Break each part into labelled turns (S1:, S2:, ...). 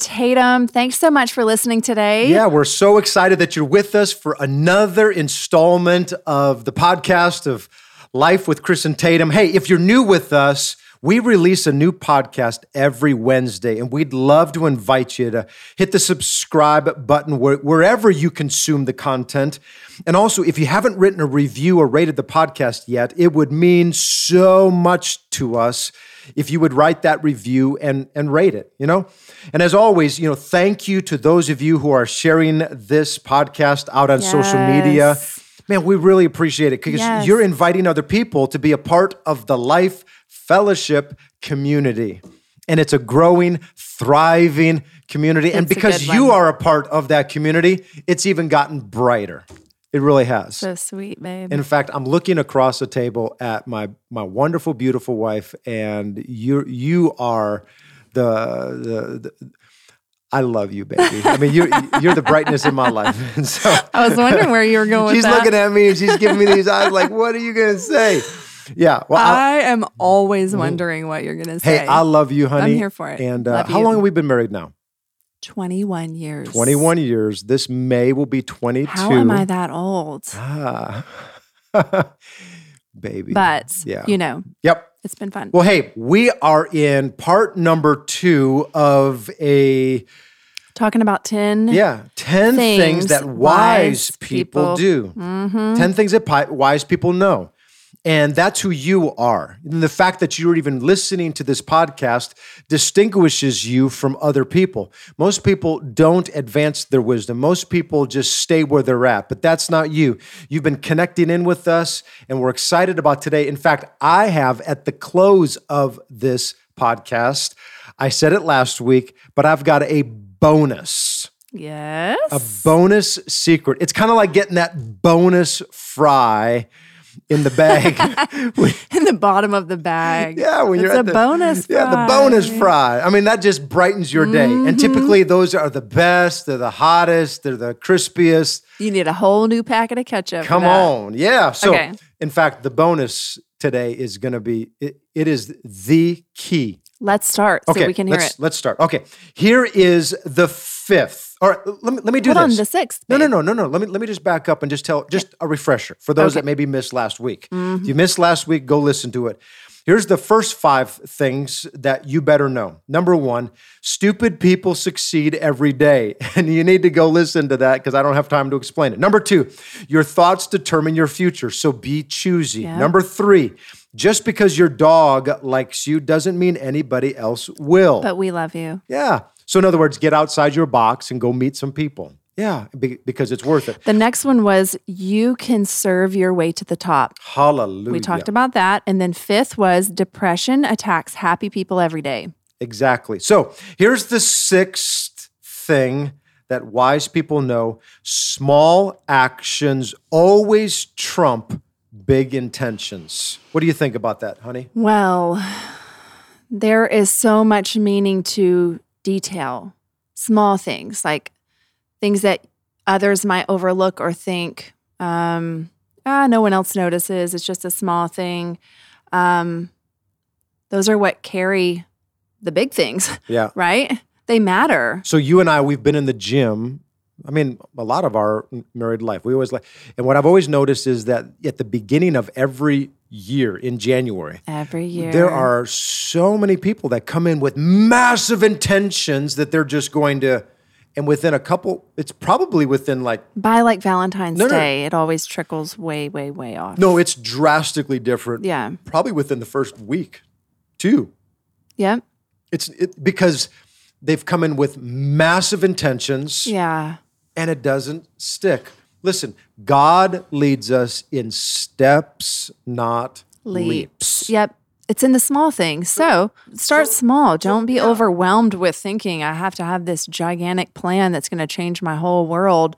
S1: Tatum. Thanks so much for listening today.
S2: Yeah, we're so excited that you're with us for another installment of the podcast of Life with Chris and Tatum. Hey, if you're new with us, we release a new podcast every Wednesday, and we'd love to invite you to hit the subscribe button where- wherever you consume the content. And also, if you haven't written a review or rated the podcast yet, it would mean so much to us if you would write that review and, and rate it, you know? And as always, you know, thank you to those of you who are sharing this podcast out on social media.
S1: Yes.
S2: Man, we really appreciate it because
S1: Yes.
S2: you're inviting other people to be a part of the life fellowship community. And it's a growing, thriving community. and
S1: It's a
S2: because
S1: good
S2: you
S1: one.
S2: are a part of that community, it's even gotten brighter. It really has.
S1: So sweet, babe.
S2: In fact, I'm looking across the table at my my wonderful, beautiful wife, and you you are the the. the I love you, baby. I mean, you're you're the brightness in my life. And so
S1: I was wondering where you were going with
S2: she's
S1: that.
S2: looking at me and she's giving me these eyes, like, "What are you gonna say?" Yeah. Well,
S1: I
S2: I,
S1: am always wondering what you're going to say.
S2: hey, I love you, honey.
S1: here for it.
S2: And uh,
S1: Love
S2: how
S1: you.
S2: long have we been married now?
S1: 21 years.
S2: 21 years. This May will be 22.
S1: How am I that old?
S2: Ah. baby.
S1: But,
S2: Yeah.
S1: you know,
S2: yep.
S1: it's been fun.
S2: Well, hey, we are in part number two of a
S1: Talking about 10.
S2: yeah ten things,
S1: Things
S2: that wise,
S1: wise people-
S2: people, Mm-hmm. do, ten things that pi- wise people know, and that's who you are. And the fact that you're even listening to this podcast distinguishes you from other people. Most people don't advance their wisdom. Most people just stay where they're at, but that's not you. You've been connecting in with us, and we're excited about today. In fact, I have at the close of this podcast. I said it last week, but I've got a bonus,
S1: Yes.
S2: bonus secret. It's kind of like getting that bonus fry in the bag. When-
S1: In the bottom of the bag.
S2: yeah, when
S1: it's
S2: you're at
S1: a
S2: the,
S1: bonus.
S2: Yeah, the
S1: fry. Mm-hmm.
S2: bonus fry. I mean, that just brightens your day. And typically, those are the best. They're the hottest. They're the crispiest.
S1: You need a whole new packet of ketchup. for
S2: Come
S1: that.
S2: on, yeah. So,
S1: Okay.
S2: in fact, the bonus today is going to be. It, it is the key.
S1: Let's start so we can hear
S2: let's,
S1: it.
S2: Let's start. Okay, here is the fifth. All right, let me let me do
S1: Hold on,
S2: this.
S1: the sixth.
S2: No,
S1: babe.
S2: no, no, no, no. Let me let me just back up and just tell just a refresher for those
S1: Okay. Mm-hmm.
S2: that maybe missed last week. If you missed last week, go listen to it. Here's the first five things that you better know. Number one, stupid people succeed every day. And you need to go listen to that because I don't have time to explain it. Number two, your thoughts determine your future. So be choosy. Number three, just because your dog likes you doesn't mean anybody else will.
S1: But we love you.
S2: yeah. So, in other words, get outside your box and go meet some people. Yeah, be- because it's worth it.
S1: The next one was you can serve your way to the top.
S2: Hallelujah.
S1: We talked about that. And then fifth was depression attacks happy people every day.
S2: exactly. So here's the sixth thing that wise people know small actions always trump big intentions. What do you think about that, honey?
S1: Well, there is so much meaning to detail, small things like things that others might overlook or think, um, ah, no one else notices. It's just a small thing. Um, those are what carry the big things,
S2: Yeah.
S1: right? They matter.
S2: So you and I, we've been in the gym. I mean, a lot of our married life, we always like, and what I've always noticed is that at the beginning of every year in January,
S1: Every year.
S2: There are so many people that come in with massive intentions that they're just going to, and within a couple, it's probably within like,
S1: By like Valentine's
S2: No, no.
S1: Day, it always trickles way, way, way off.
S2: no, it's drastically different.
S1: Yeah.
S2: Probably within the first week, too.
S1: Yep.
S2: It's it, because they've come in with massive intentions
S1: Yeah.
S2: and it doesn't stick. Listen, God leads us in steps, not
S1: Leaps.
S2: leaps.
S1: Yep. It's in the small things. So start small. Don't be overwhelmed with thinking I have to have this gigantic plan that's going to change my whole world.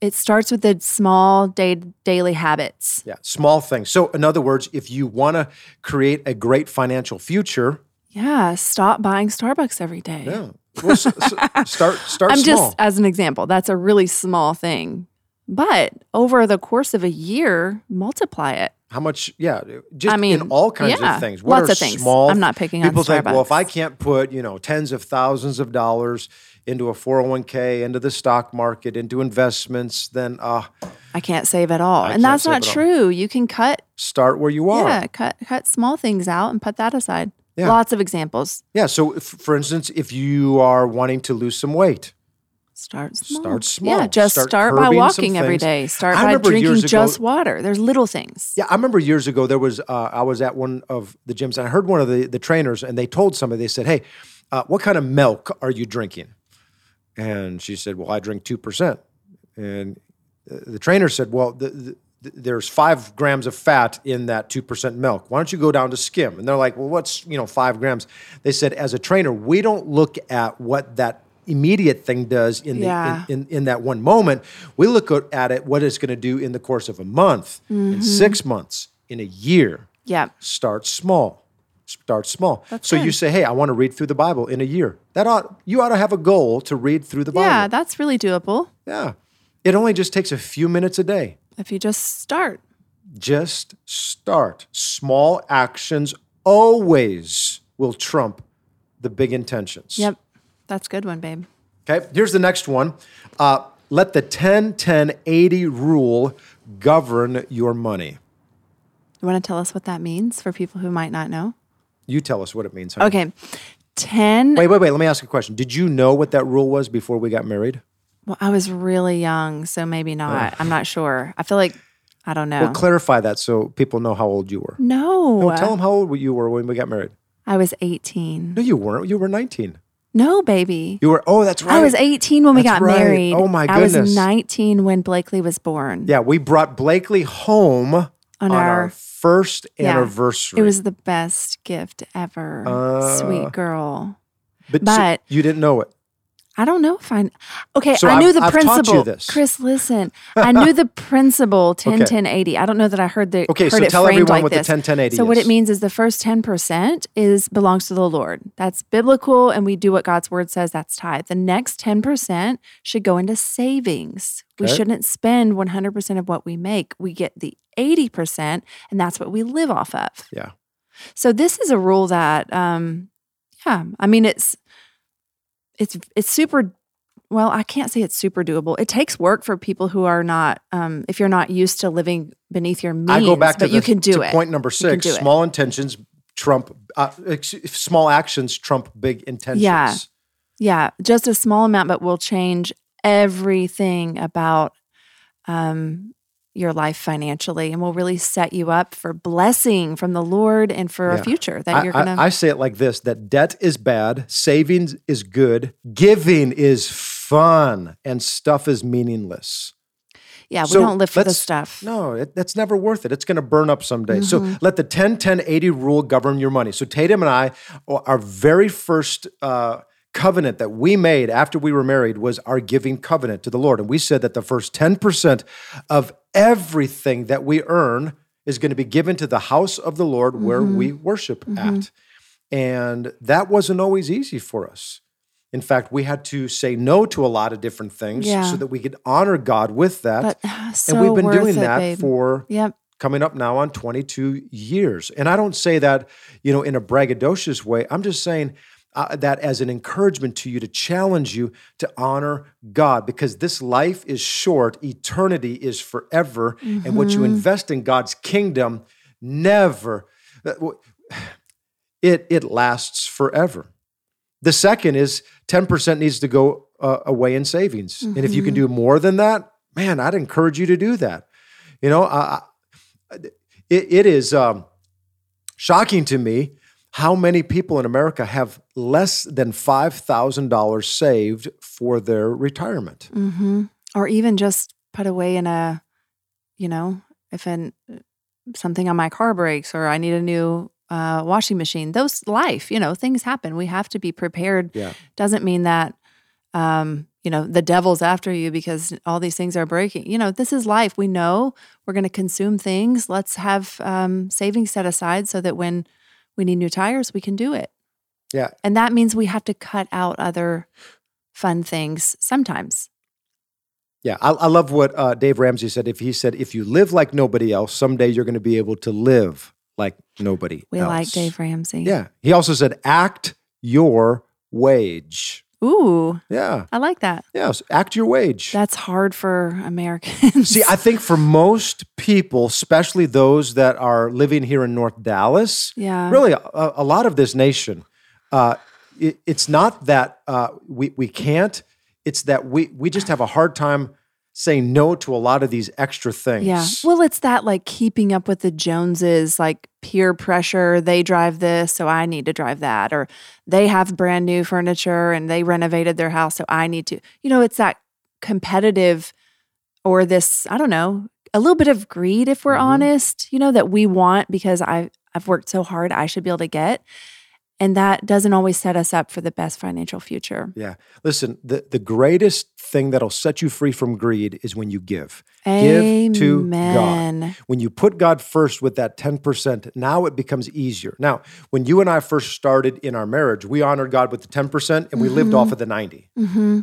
S1: it starts with the small day, daily habits.
S2: Yeah, small things. So, in other words, if you want to create a great financial future,
S1: Yeah, stop buying Starbucks every day.
S2: yeah, well, s- s- start start
S1: I'm
S2: small.
S1: just uh, as an example, that's a really small thing. But over the course of a year, multiply it.
S2: How much? Yeah, just
S1: I mean,
S2: in all kinds
S1: yeah,
S2: of things. What
S1: lots
S2: are
S1: of things.
S2: Small.
S1: I'm not picking on
S2: people think. Well, if
S1: Starbucks.
S2: I can't put you know tens of thousands of dollars into a 401k, into the stock market, into investments, then uh,
S1: I can't save it all.
S2: I
S1: and that's
S2: can't
S1: not
S2: save it all.
S1: true. You can cut
S2: start where you are.
S1: yeah, cut cut small things out and put that aside.
S2: Yeah.
S1: Lots of examples.
S2: Yeah, So, if, for instance, if you are wanting to lose some weight,
S1: Start small.
S2: Start small.
S1: Yeah, just
S2: Start
S1: start, by
S2: curbing some
S1: walking every
S2: things.
S1: day. Start
S2: I
S1: by
S2: remember
S1: drinking
S2: years ago-
S1: just water. There's little things.
S2: Yeah, I remember years ago there was uh, I was at one of the gyms and I heard one of the the trainers and they told somebody they said, "Hey, uh, what kind of milk are you drinking?" And she said, "Well, I drink two percent." And uh, the trainer said, "Well, the, the, there's five grams of fat in that two percent milk. Why don't you go down to skim?" And they're like, "Well, what's you know five grams?" They said, "As a trainer, we don't look at what that." immediate thing does in the
S1: Yeah.
S2: in, in, in that one moment. We look o- at it, what it's going to do in the course of a month,
S1: Mm-hmm.
S2: in six months, in a year.
S1: Yeah.
S2: Start small. Start small. so you say, hey, I want to read through the Bible in a year. That ought you ought to have a goal to read through the
S1: Yeah,
S2: Bible.
S1: that's really doable
S2: yeah. It only just takes a few minutes a day.
S1: if you just start.
S2: Just start. Small actions always will trump the big intentions.
S1: Yep. That's a good one, babe.
S2: Okay, here's the next one. Uh, let the 10 10 80 rule govern your money.
S1: You want to tell us what that means for people who might not know?
S2: You tell us what it means. Honey.
S1: Okay. 10.
S2: Wait, wait, wait. Let me ask you a question. Did you know what that rule was before we got married?
S1: Well, I was really young, so maybe not. I'm not sure. I feel like, I don't know.
S2: Well, clarify that so people know how old you were.
S1: no.
S2: Well, tell them how old you were when we got married.
S1: I was 18.
S2: No, you weren't. You were 19.
S1: No, baby.
S2: You were, oh, that's right.
S1: I was 18 when we
S2: That's
S1: got
S2: right.
S1: married.
S2: Oh, my
S1: I
S2: goodness.
S1: was 19 when Blakely was born.
S2: Yeah, we brought Blakely home on, our,
S1: our-
S2: first
S1: Yeah.
S2: anniversary. Uh,
S1: It was the best gift ever. Sweet girl.
S2: but, so
S1: but-
S2: you didn't know it.
S1: I don't know if I okay.
S2: So
S1: I
S2: I've-
S1: knew the
S2: I've taught you
S1: principle.
S2: this.
S1: Chris, listen. I knew the principle 10
S2: Okay.
S1: 10 80. I don't know that I heard the
S2: Okay,
S1: heard
S2: so
S1: it
S2: tell
S1: framed
S2: everyone
S1: like
S2: what the
S1: this.
S2: 10 10 80
S1: So what
S2: is.
S1: it means is the first 10% is belongs to the Lord. That's biblical and we do what God's word says that's tithe. The next 10% should go into savings. We
S2: Okay.
S1: shouldn't spend 100% of what we make. We get the 80% and that's what we live off of.
S2: Yeah.
S1: So this is a rule that, um, yeah, I mean it's it's it's super. Well, I can't say it's super doable. It takes work for people who are not, um, if you're not used to living beneath your means.
S2: I go back to,
S1: but you
S2: the-
S1: can do
S2: to
S1: it.
S2: point number
S1: can
S2: six.
S1: do it.
S2: Small intentions trump uh, ex- small actions trump big intentions.
S1: Yeah. Yeah, just a small amount, but will change everything about um, your life financially, and will really set you up for blessing from the Lord and for
S2: Yeah.
S1: a future that
S2: I,
S1: you're
S2: I-
S1: gonna.
S2: I say it like this: that debt is bad, savings is good, giving is fun, and stuff is meaningless.
S1: yeah, we
S2: so
S1: don't live for the
S2: let's-
S1: stuff. Mm-hmm.
S2: No, it, that's never worth it. It's going to burn up someday. So let the 10 10 80 rule govern your money. So Tatum and I, o- our very first uh, covenant that we made after we were married was our giving covenant to the Lord. And we said that the first 10% of everything that we earn is going to be given to the house of the Lord where
S1: Mm-hmm.
S2: we worship at. And that wasn't always easy for us. In fact, we had to say no to a lot of different things
S1: Yeah.
S2: so that we could honor God with that
S1: But uh, so
S2: and we've been
S1: worth
S2: doing
S1: it,
S2: that
S1: babe.
S2: for
S1: Yep.
S2: coming up now on 22 years and i don't say that you know in a braggadocious way i'm just saying uh, that as an encouragement to you to challenge you to honor god because this life is short eternity is forever and what you invest in god's kingdom never uh, it it lasts forever the second is 10% needs to go uh, away in savings. And if you can do more than that, man, I'd encourage you to do that. You know, I, I- it, it is um, shocking to me how many people in America have less than $5,000 saved for their retirement.
S1: hmm Or even just put away in a, you know, if an something on my car breaks or I need a new uh, washing machine. Those life, you know, things happen. We have to be prepared.
S2: Yeah.
S1: Doesn't mean that um, you know, the devil's after you because all these things are breaking. You know, this is life. We know we're going to consume things. Let's have um, savings set aside so that when we need new tires, we can do it.
S2: Yeah.
S1: And that means we have to cut out other fun things sometimes.
S2: Yeah, I, I love what uh, Dave Ramsey said. If he said, "If you live like nobody else, someday you're going to be able to live like nobody."
S1: We
S2: else.
S1: like Dave Ramsey.
S2: Yeah. He also said, "Act your wage."
S1: Ooh,
S2: Yeah.
S1: I like that.
S2: Yes. Act your wage.
S1: That's hard for Americans.
S2: See, I think for most people, especially those that are living here in North Dallas,
S1: yeah.
S2: really a, a lot of this nation, uh, it, it's not that uh, we we can't. It's that we we just have a hard time saying no to a lot of these extra things.
S1: Yeah. Well, it's that like keeping up with the Joneses, like peer pressure. They drive this, so I need to drive that. Or they have brand new furniture and they renovated their house, so I need to. You know, it's that competitive or this, I don't know, a little bit of greed, if we're
S2: Mhm.
S1: honest, you know, that we want because I, I've worked so hard, I should be able to get. And that doesn't always set us up for the best financial future.
S2: Listen, the, the greatest thing that'll set you free from greed is when you give.
S1: Amen.
S2: Give to God. When you put God first with that 10%, now it becomes easier. Now, when you and I first started in our marriage, we honored God with the 10% and we lived
S1: Mhm.
S2: off of the 90.
S1: Mm-hmm.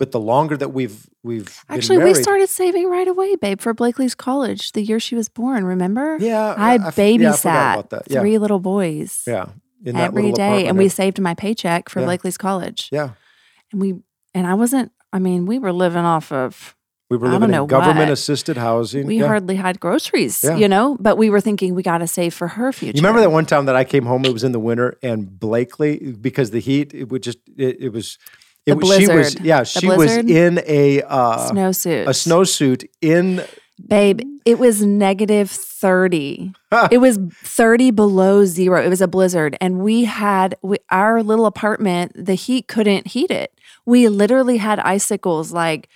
S2: But the longer that we've we've been
S1: Actually, we
S2: married-
S1: started saving right away, babe, for Blakely's college the year she was born. Remember?
S2: Yeah,
S1: I
S2: f- yeah, I
S1: babysat
S2: forgot about that. Yeah.
S1: three little boys
S2: yeah. In that
S1: every
S2: little
S1: day, and
S2: apartment.
S1: we saved my paycheck for
S2: Yeah.
S1: Blakely's college.
S2: Yeah.
S1: And we and I wasn't. I mean, we were living off of.
S2: we were
S1: I don't
S2: living
S1: know
S2: in
S1: what.
S2: government assisted housing.
S1: We
S2: yeah.
S1: hardly had groceries,
S2: Yeah.
S1: you know. But we were thinking we got to save for her future.
S2: You remember that one time that I came home? It was in the winter, and Blakely, because the heat, it would just it, it was. It,
S1: The
S2: was- she was
S1: blizzard.
S2: yeah
S1: The
S2: she was
S1: blizzard.
S2: in a uh,
S1: snowsuit?
S2: a snowsuit in
S1: babe. It was negative thirty. it was 30 below zero. It was a blizzard. And we had we, our little apartment, the heat couldn't heat it. We literally had icicles like,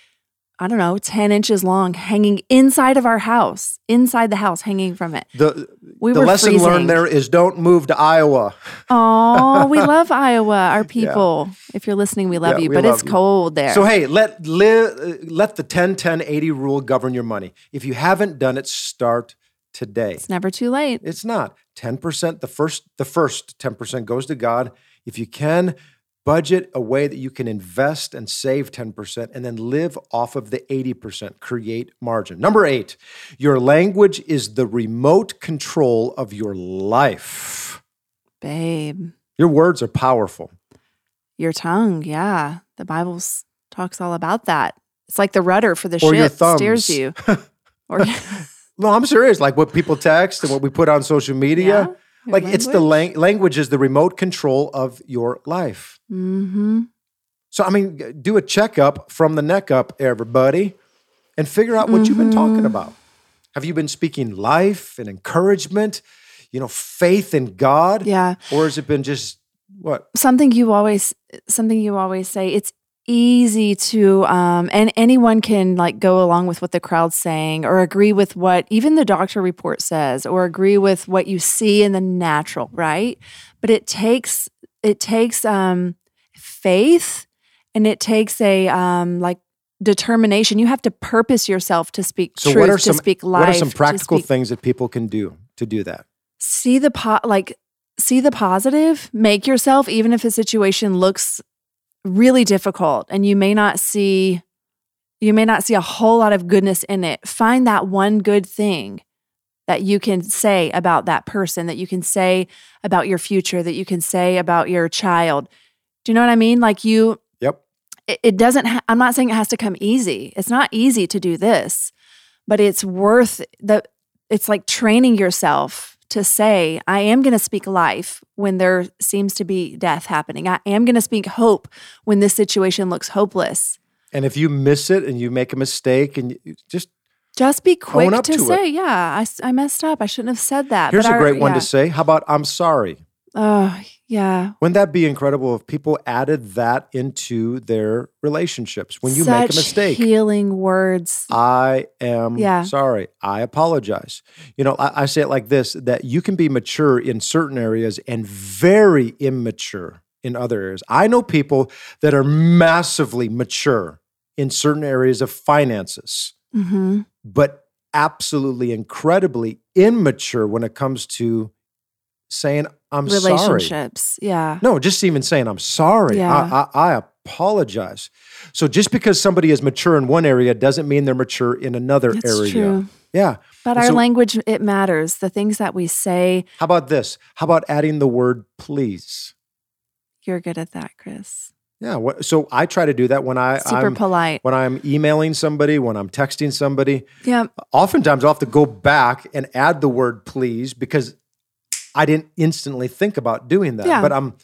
S1: I don't know, 10 inches long hanging inside of our house, inside the house, hanging from it.
S2: the
S1: We
S2: the
S1: were
S2: lesson
S1: freezing.
S2: learned there is don't move to Iowa.
S1: Oh, we love Iowa, our people. If you're listening, we love
S2: Yeah,
S1: you,
S2: we
S1: but
S2: love
S1: it's
S2: you.
S1: cold there.
S2: So hey, let live, let the 10 10 80 rule govern your money. If you haven't done it, start today.
S1: it's never too late.
S2: It's not 10%. The first the first 10% goes to God. If you can budget a way that you can invest and save 10% and then live off of the 80%, create margin. Number 8. Your language is the remote control of your life.
S1: Babe,
S2: Your words are powerful.
S1: your tongue. Yeah. The Bible talks all about that. It's like the rudder for the
S2: Or your
S1: ship steers
S2: thumbs.
S1: you. Or
S2: No, I'm serious. Like what people text and what we put on social media.
S1: Yeah,
S2: like it's the lang- language is the remote control of your life.
S1: Mm-hmm.
S2: So I mean, g- do a checkup from the neck up, everybody, and figure out what you've been
S1: Mm-hmm.
S2: talking about. Have you been speaking life and encouragement? You know, faith in God,
S1: Yeah.
S2: or has it been just what?
S1: Something you always something you always say. It's easy to um and anyone can like go along with what the crowd's saying or agree with what even the doctor report says or agree with what you see in the natural, right? But it takes it takes um faith and it takes a um like determination. You have to purpose yourself to speak
S2: So what
S1: truth,
S2: are some-
S1: to speak life.
S2: What are some
S1: to
S2: practical
S1: speak
S2: things that people can do to do that?
S1: see the po- like see the positive make yourself even if the situation looks really difficult and you may not see you may not see a whole lot of goodness in it find that one good thing that you can say about that person that you can say about your future that you can say about your child do you know what i mean like you
S2: Yep.
S1: it, it doesn't ha- i'm not saying it has to come easy it's not easy to do this but it's worth the it's like training yourself to say i am going to speak life when there seems to be death happening i am going to speak hope when this situation looks hopeless
S2: And if you miss it and you make a mistake, and you just
S1: just be quick
S2: up
S1: to,
S2: to it.
S1: say yeah I, s- I messed up i shouldn't have said that
S2: here's
S1: Uh, But
S2: a
S1: our-
S2: great one
S1: yeah.
S2: to say. How about I'm sorry?
S1: oh yeah
S2: Wouldn't that be incredible if people added that into their relationships? When you make
S1: Such
S2: a mistake,
S1: healing words
S2: I am
S1: Yeah.
S2: sorry. I apologize. You know, I, I say it like this that you can be mature in certain areas and very immature in other areas. I know people that are massively mature in certain areas of finances,
S1: Mm-hmm.
S2: but absolutely incredibly immature when it comes to saying, I'm sorry.
S1: Relationships. Yeah.
S2: No, just even saying, I'm sorry.
S1: Yeah.
S2: I, I, I apologize. So just because somebody is mature in one area doesn't mean they're mature in another
S1: That's
S2: area.
S1: true.
S2: Yeah.
S1: But
S2: And
S1: our
S2: so-
S1: language, it matters. The things that we say,
S2: How about this? How about adding the word please?
S1: you're good at that, Chris.
S2: Yeah. What, so I try to do that when I
S1: Super
S2: I'm,
S1: polite.
S2: when I'm emailing somebody, when I'm texting somebody.
S1: Yeah.
S2: Oftentimes I'll have to go back and add the word please because I didn't instantly think about doing that.
S1: Yeah.
S2: But I'm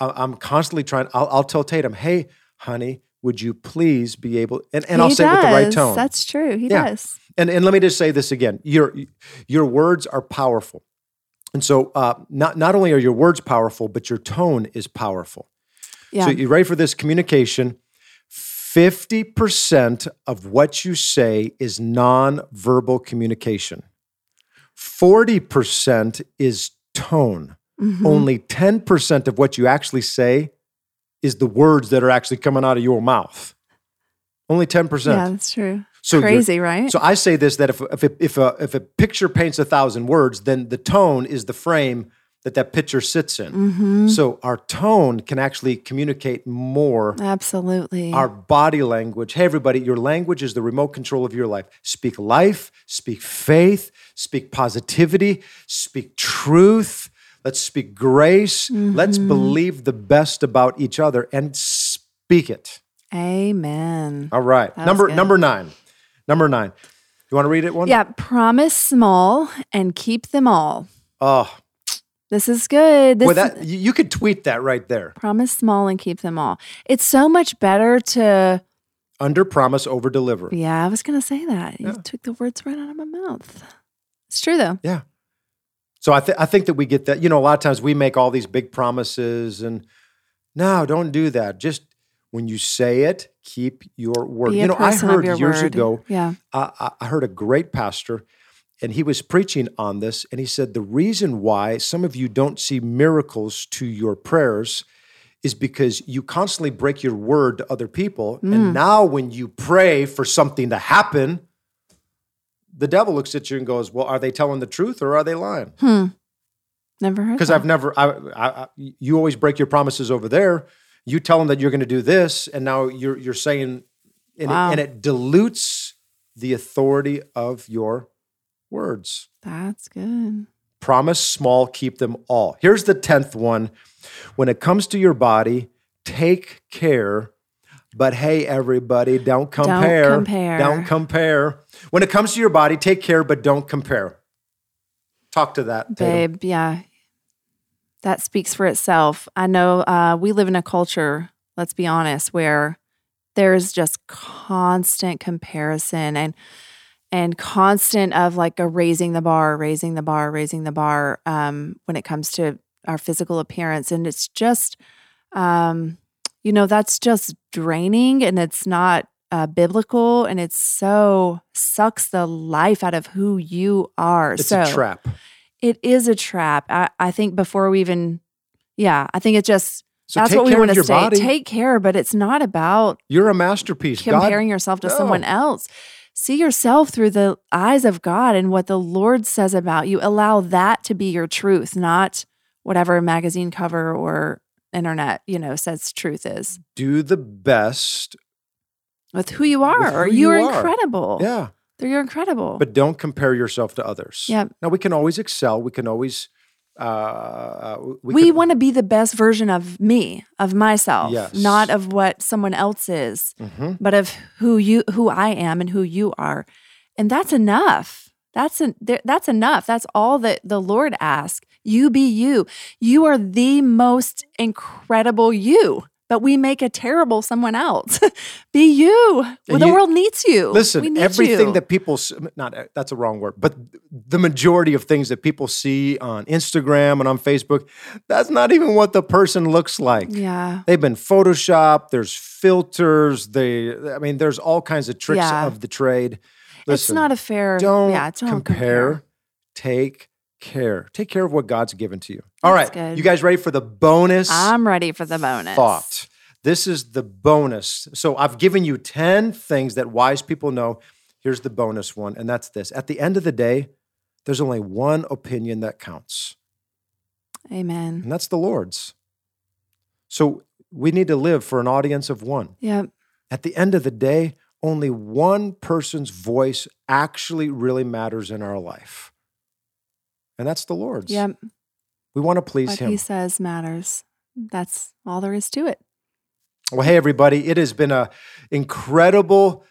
S2: I- I'm constantly trying. I'll, I'll tell Tatum, hey, honey, would you please be able and, and I'll
S1: He
S2: say it with the right
S1: does.
S2: tone.
S1: That's true. He
S2: Yeah.
S1: does.
S2: And and let me just say this again: your your words are powerful, and so uh, not not only are your words powerful, but your tone is powerful.
S1: Yeah.
S2: So you ready for this communication? Fifty percent of what you say is nonverbal communication. Forty percent is tone.
S1: Mhm.
S2: Only ten percent of what you actually say is the words that are actually coming out of your mouth. Only ten
S1: Yeah,
S2: percent.
S1: that's true.
S2: So your-
S1: Crazy, right?
S2: so I say this that if if a, if a, if a picture paints a thousand words, then the tone is the frame that that picture sits in.
S1: hmm
S2: So our tone can actually communicate more.
S1: Absolutely.
S2: Our body language. Hey, everybody, your language is the remote control of your life. Speak life, speak faith, speak positivity, speak truth. Let's speak grace. Let's
S1: Mm-hmm.
S2: believe the best about each other and speak it.
S1: Amen.
S2: All right.
S1: was
S2: number
S1: good.
S2: number nine. Number nine. You want to read it one?
S1: Yeah, promise small and keep them all.
S2: Oh,
S1: This is good. This
S2: well, that you, you could tweet that right there.
S1: promise small and keep them all. It's so much better to
S2: Under promise, over deliver.
S1: Yeah, I was going to say that. You
S2: Yeah.
S1: took the words right out of my mouth. It's true though.
S2: So I, th- I think that we get that. You know, a lot of times we make all these big promises, and no, don't do that. Just when you say it, keep your word.
S1: Be a
S2: you know, I
S1: person of
S2: heard
S1: your
S2: years
S1: word.
S2: ago,
S1: Yeah.
S2: I, I- I heard a great pastor, and he was preaching on this, and he said the reason why some of you don't see miracles to your prayers. Is because you constantly break your word to other people. And now, when you pray for something to happen, the devil looks at you and goes, Well, are they telling the truth or are they lying?
S1: Never heard
S2: because
S1: that.
S2: I've never. I, I, I, you always break your promises over there. You tell them that you're going to do this, and now you're you're saying, and,
S1: Wow.
S2: it, and it dilutes the authority of your words.
S1: That's good.
S2: Promise small, keep them all. Here's the tenth one: when it comes to your body, take care. But hey, everybody, don't compare.
S1: compare.
S2: Don't compare. When it comes to your body, take care, but don't compare. Talk to that, Tatum.
S1: Babe, yeah. That speaks for itself. I know uh, we live in a culture, let's be honest, where there's just constant comparison and and constant of like a raising the bar, raising the bar, raising the bar um, when it comes to our physical appearance. And it's just, um, you know, that's just draining and it's not uh, biblical and it's so sucks the life out of who you are.
S2: It's
S1: so
S2: a trap.
S1: it is a trap. I, I think before we even, yeah, I think it just
S2: So
S1: that's
S2: take
S1: what we
S2: care
S1: want
S2: of
S1: to
S2: your
S1: say.
S2: body.
S1: Take care, but it's not about
S2: You're a masterpiece.
S1: comparing
S2: God,
S1: yourself to
S2: no.
S1: someone else. See yourself through the eyes of God and what the Lord says about you. Allow that to be your truth, not whatever magazine cover or internet you know says truth is
S2: do the best.
S1: with who you are.
S2: who
S1: you,
S2: you
S1: are,
S2: are.
S1: incredible.
S2: Yeah.
S1: You're incredible.
S2: But don't compare yourself to others.
S1: Yep.
S2: Now we can always excel. We can always uh, uh
S1: we,
S2: could-
S1: want to be the best version of me, of myself,
S2: Yes.
S1: not of what someone else is.
S2: Mhm.
S1: but of who you who I am and who you are. And that's enough. That's an, there, that's enough. That's all that the Lord asks. You be you. You are the most incredible you. But we make a terrible someone else. be you. Well,
S2: And
S1: the
S2: you-
S1: world needs you. We
S2: Listen,
S1: need
S2: everything
S1: you.
S2: that people s- not uh, that's a wrong word, but the majority of things that people see on Instagram and on Facebook, that's not even what the person looks like.
S1: yeah,
S2: They've been photoshopped, there's filters, they I mean there's all kinds of tricks
S1: Yeah.
S2: of the trade.
S1: it's not a fair.
S2: don't,
S1: yeah, don't
S2: compare. Take care. Take care of what God's given to you. All right,
S1: That's good.
S2: You guys ready for the bonus
S1: I'm ready for the bonus.
S2: thought? This is the bonus. So I've given you 10 things that wise people know. Here's the bonus one, and that's this. At the end of the day, there's only one opinion that counts,
S1: Amen.
S2: and that's the Lord's. So we need to live for an audience of one.
S1: Yep.
S2: At the end of the day, only one person's voice actually really matters in our life. And that's the Lord's.
S1: Yep.
S2: We want to please
S1: What
S2: Him.
S1: he says matters. That's all there is to it.
S2: Well, hey, everybody, it has been a incredible,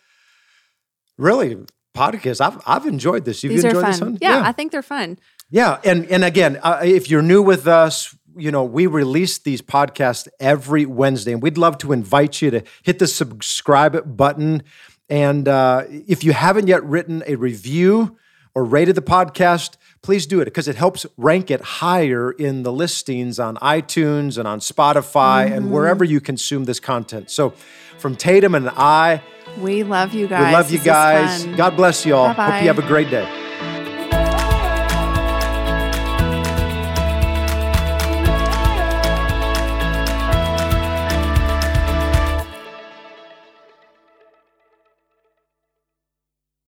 S2: really podcast. I've, I've enjoyed this. You've
S1: These are
S2: enjoyed
S1: fun.
S2: this one?
S1: Yeah,
S2: yeah.
S1: I think they're fun.
S2: Yeah, and and again, uh, if you're new with us, you know we release these podcasts every Wednesday, and we'd love to invite you to hit the subscribe button. And uh, if you haven't yet written a review or rated the podcast, please do it because it helps rank it higher in the listings on iTunes and on Spotify
S1: Mm-hmm.
S2: and wherever you consume this content. So, from Tatum and I,
S1: We love you guys.
S2: we love you
S1: This is
S2: guys.
S1: fun.
S2: God bless you all. Hope
S1: Bye-bye.
S2: you have a great day.